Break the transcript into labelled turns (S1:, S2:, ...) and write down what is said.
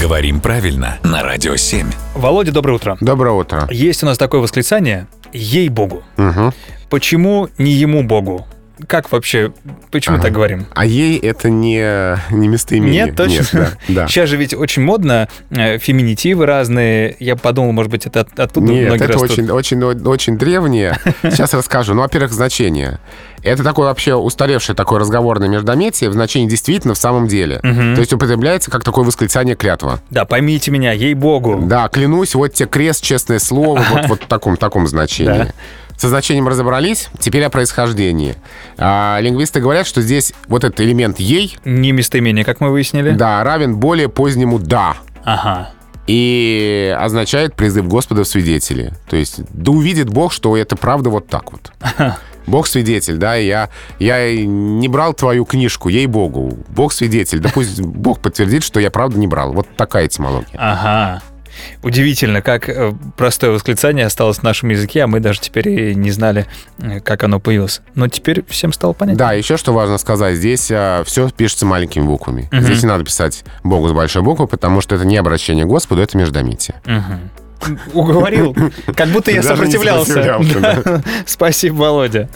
S1: Говорим правильно на Радио 7.
S2: Володя, доброе утро.
S3: Доброе утро.
S2: Есть у нас такое восклицание «Ей-богу».
S3: Мгм.
S2: Почему не ему богу? Как вообще, почему так говорим?
S3: А ей это не, не местоимение.
S2: Нет, точно.
S3: да, да.
S2: Сейчас же ведь очень модно, э, феминитивы разные. Я подумал, может быть, это от- оттуда
S3: Нет,
S2: многие
S3: это
S2: растут.
S3: очень, очень, очень древнее. Сейчас расскажу. Ну, во-первых, значение. Это такое вообще устаревшее такое разговорное междометие в значении действительно в самом деле. То есть употребляется как такое восклицание клятва.
S2: Да, поймите меня, ей-богу.
S3: Да, клянусь, вот тебе крест, честное слово, вот, вот в таком, таком значении. Со значением разобрались, теперь о происхождении. А, лингвисты говорят, что здесь вот этот элемент «ей»
S2: Не местоимение, как мы выяснили.
S3: да, равен более позднему «да».
S2: Ага.
S3: И означает призыв Господа в свидетели. То есть, да увидит Бог, что это правда вот так вот. Бог свидетель, да, и я, я и не брал твою книжку, ей-богу. Бог свидетель, да пусть Бог подтвердит, что я правда не брал. Вот такая этимология.
S2: Ага. Удивительно, как э, простое восклицание осталось в нашем языке, а мы даже теперь и не знали, э, как оно появилось. Но теперь всем стало понятно.
S3: Да, еще что важно сказать, здесь все пишется маленькими буквами. Здесь не надо писать Богу с большой буквы, потому что это не обращение к Господу, это междометие.
S2: Уговорил. Как будто я
S3: Даже не
S2: сопротивлялся.
S3: сопротивлялся,
S2: Да. Спасибо, Володя.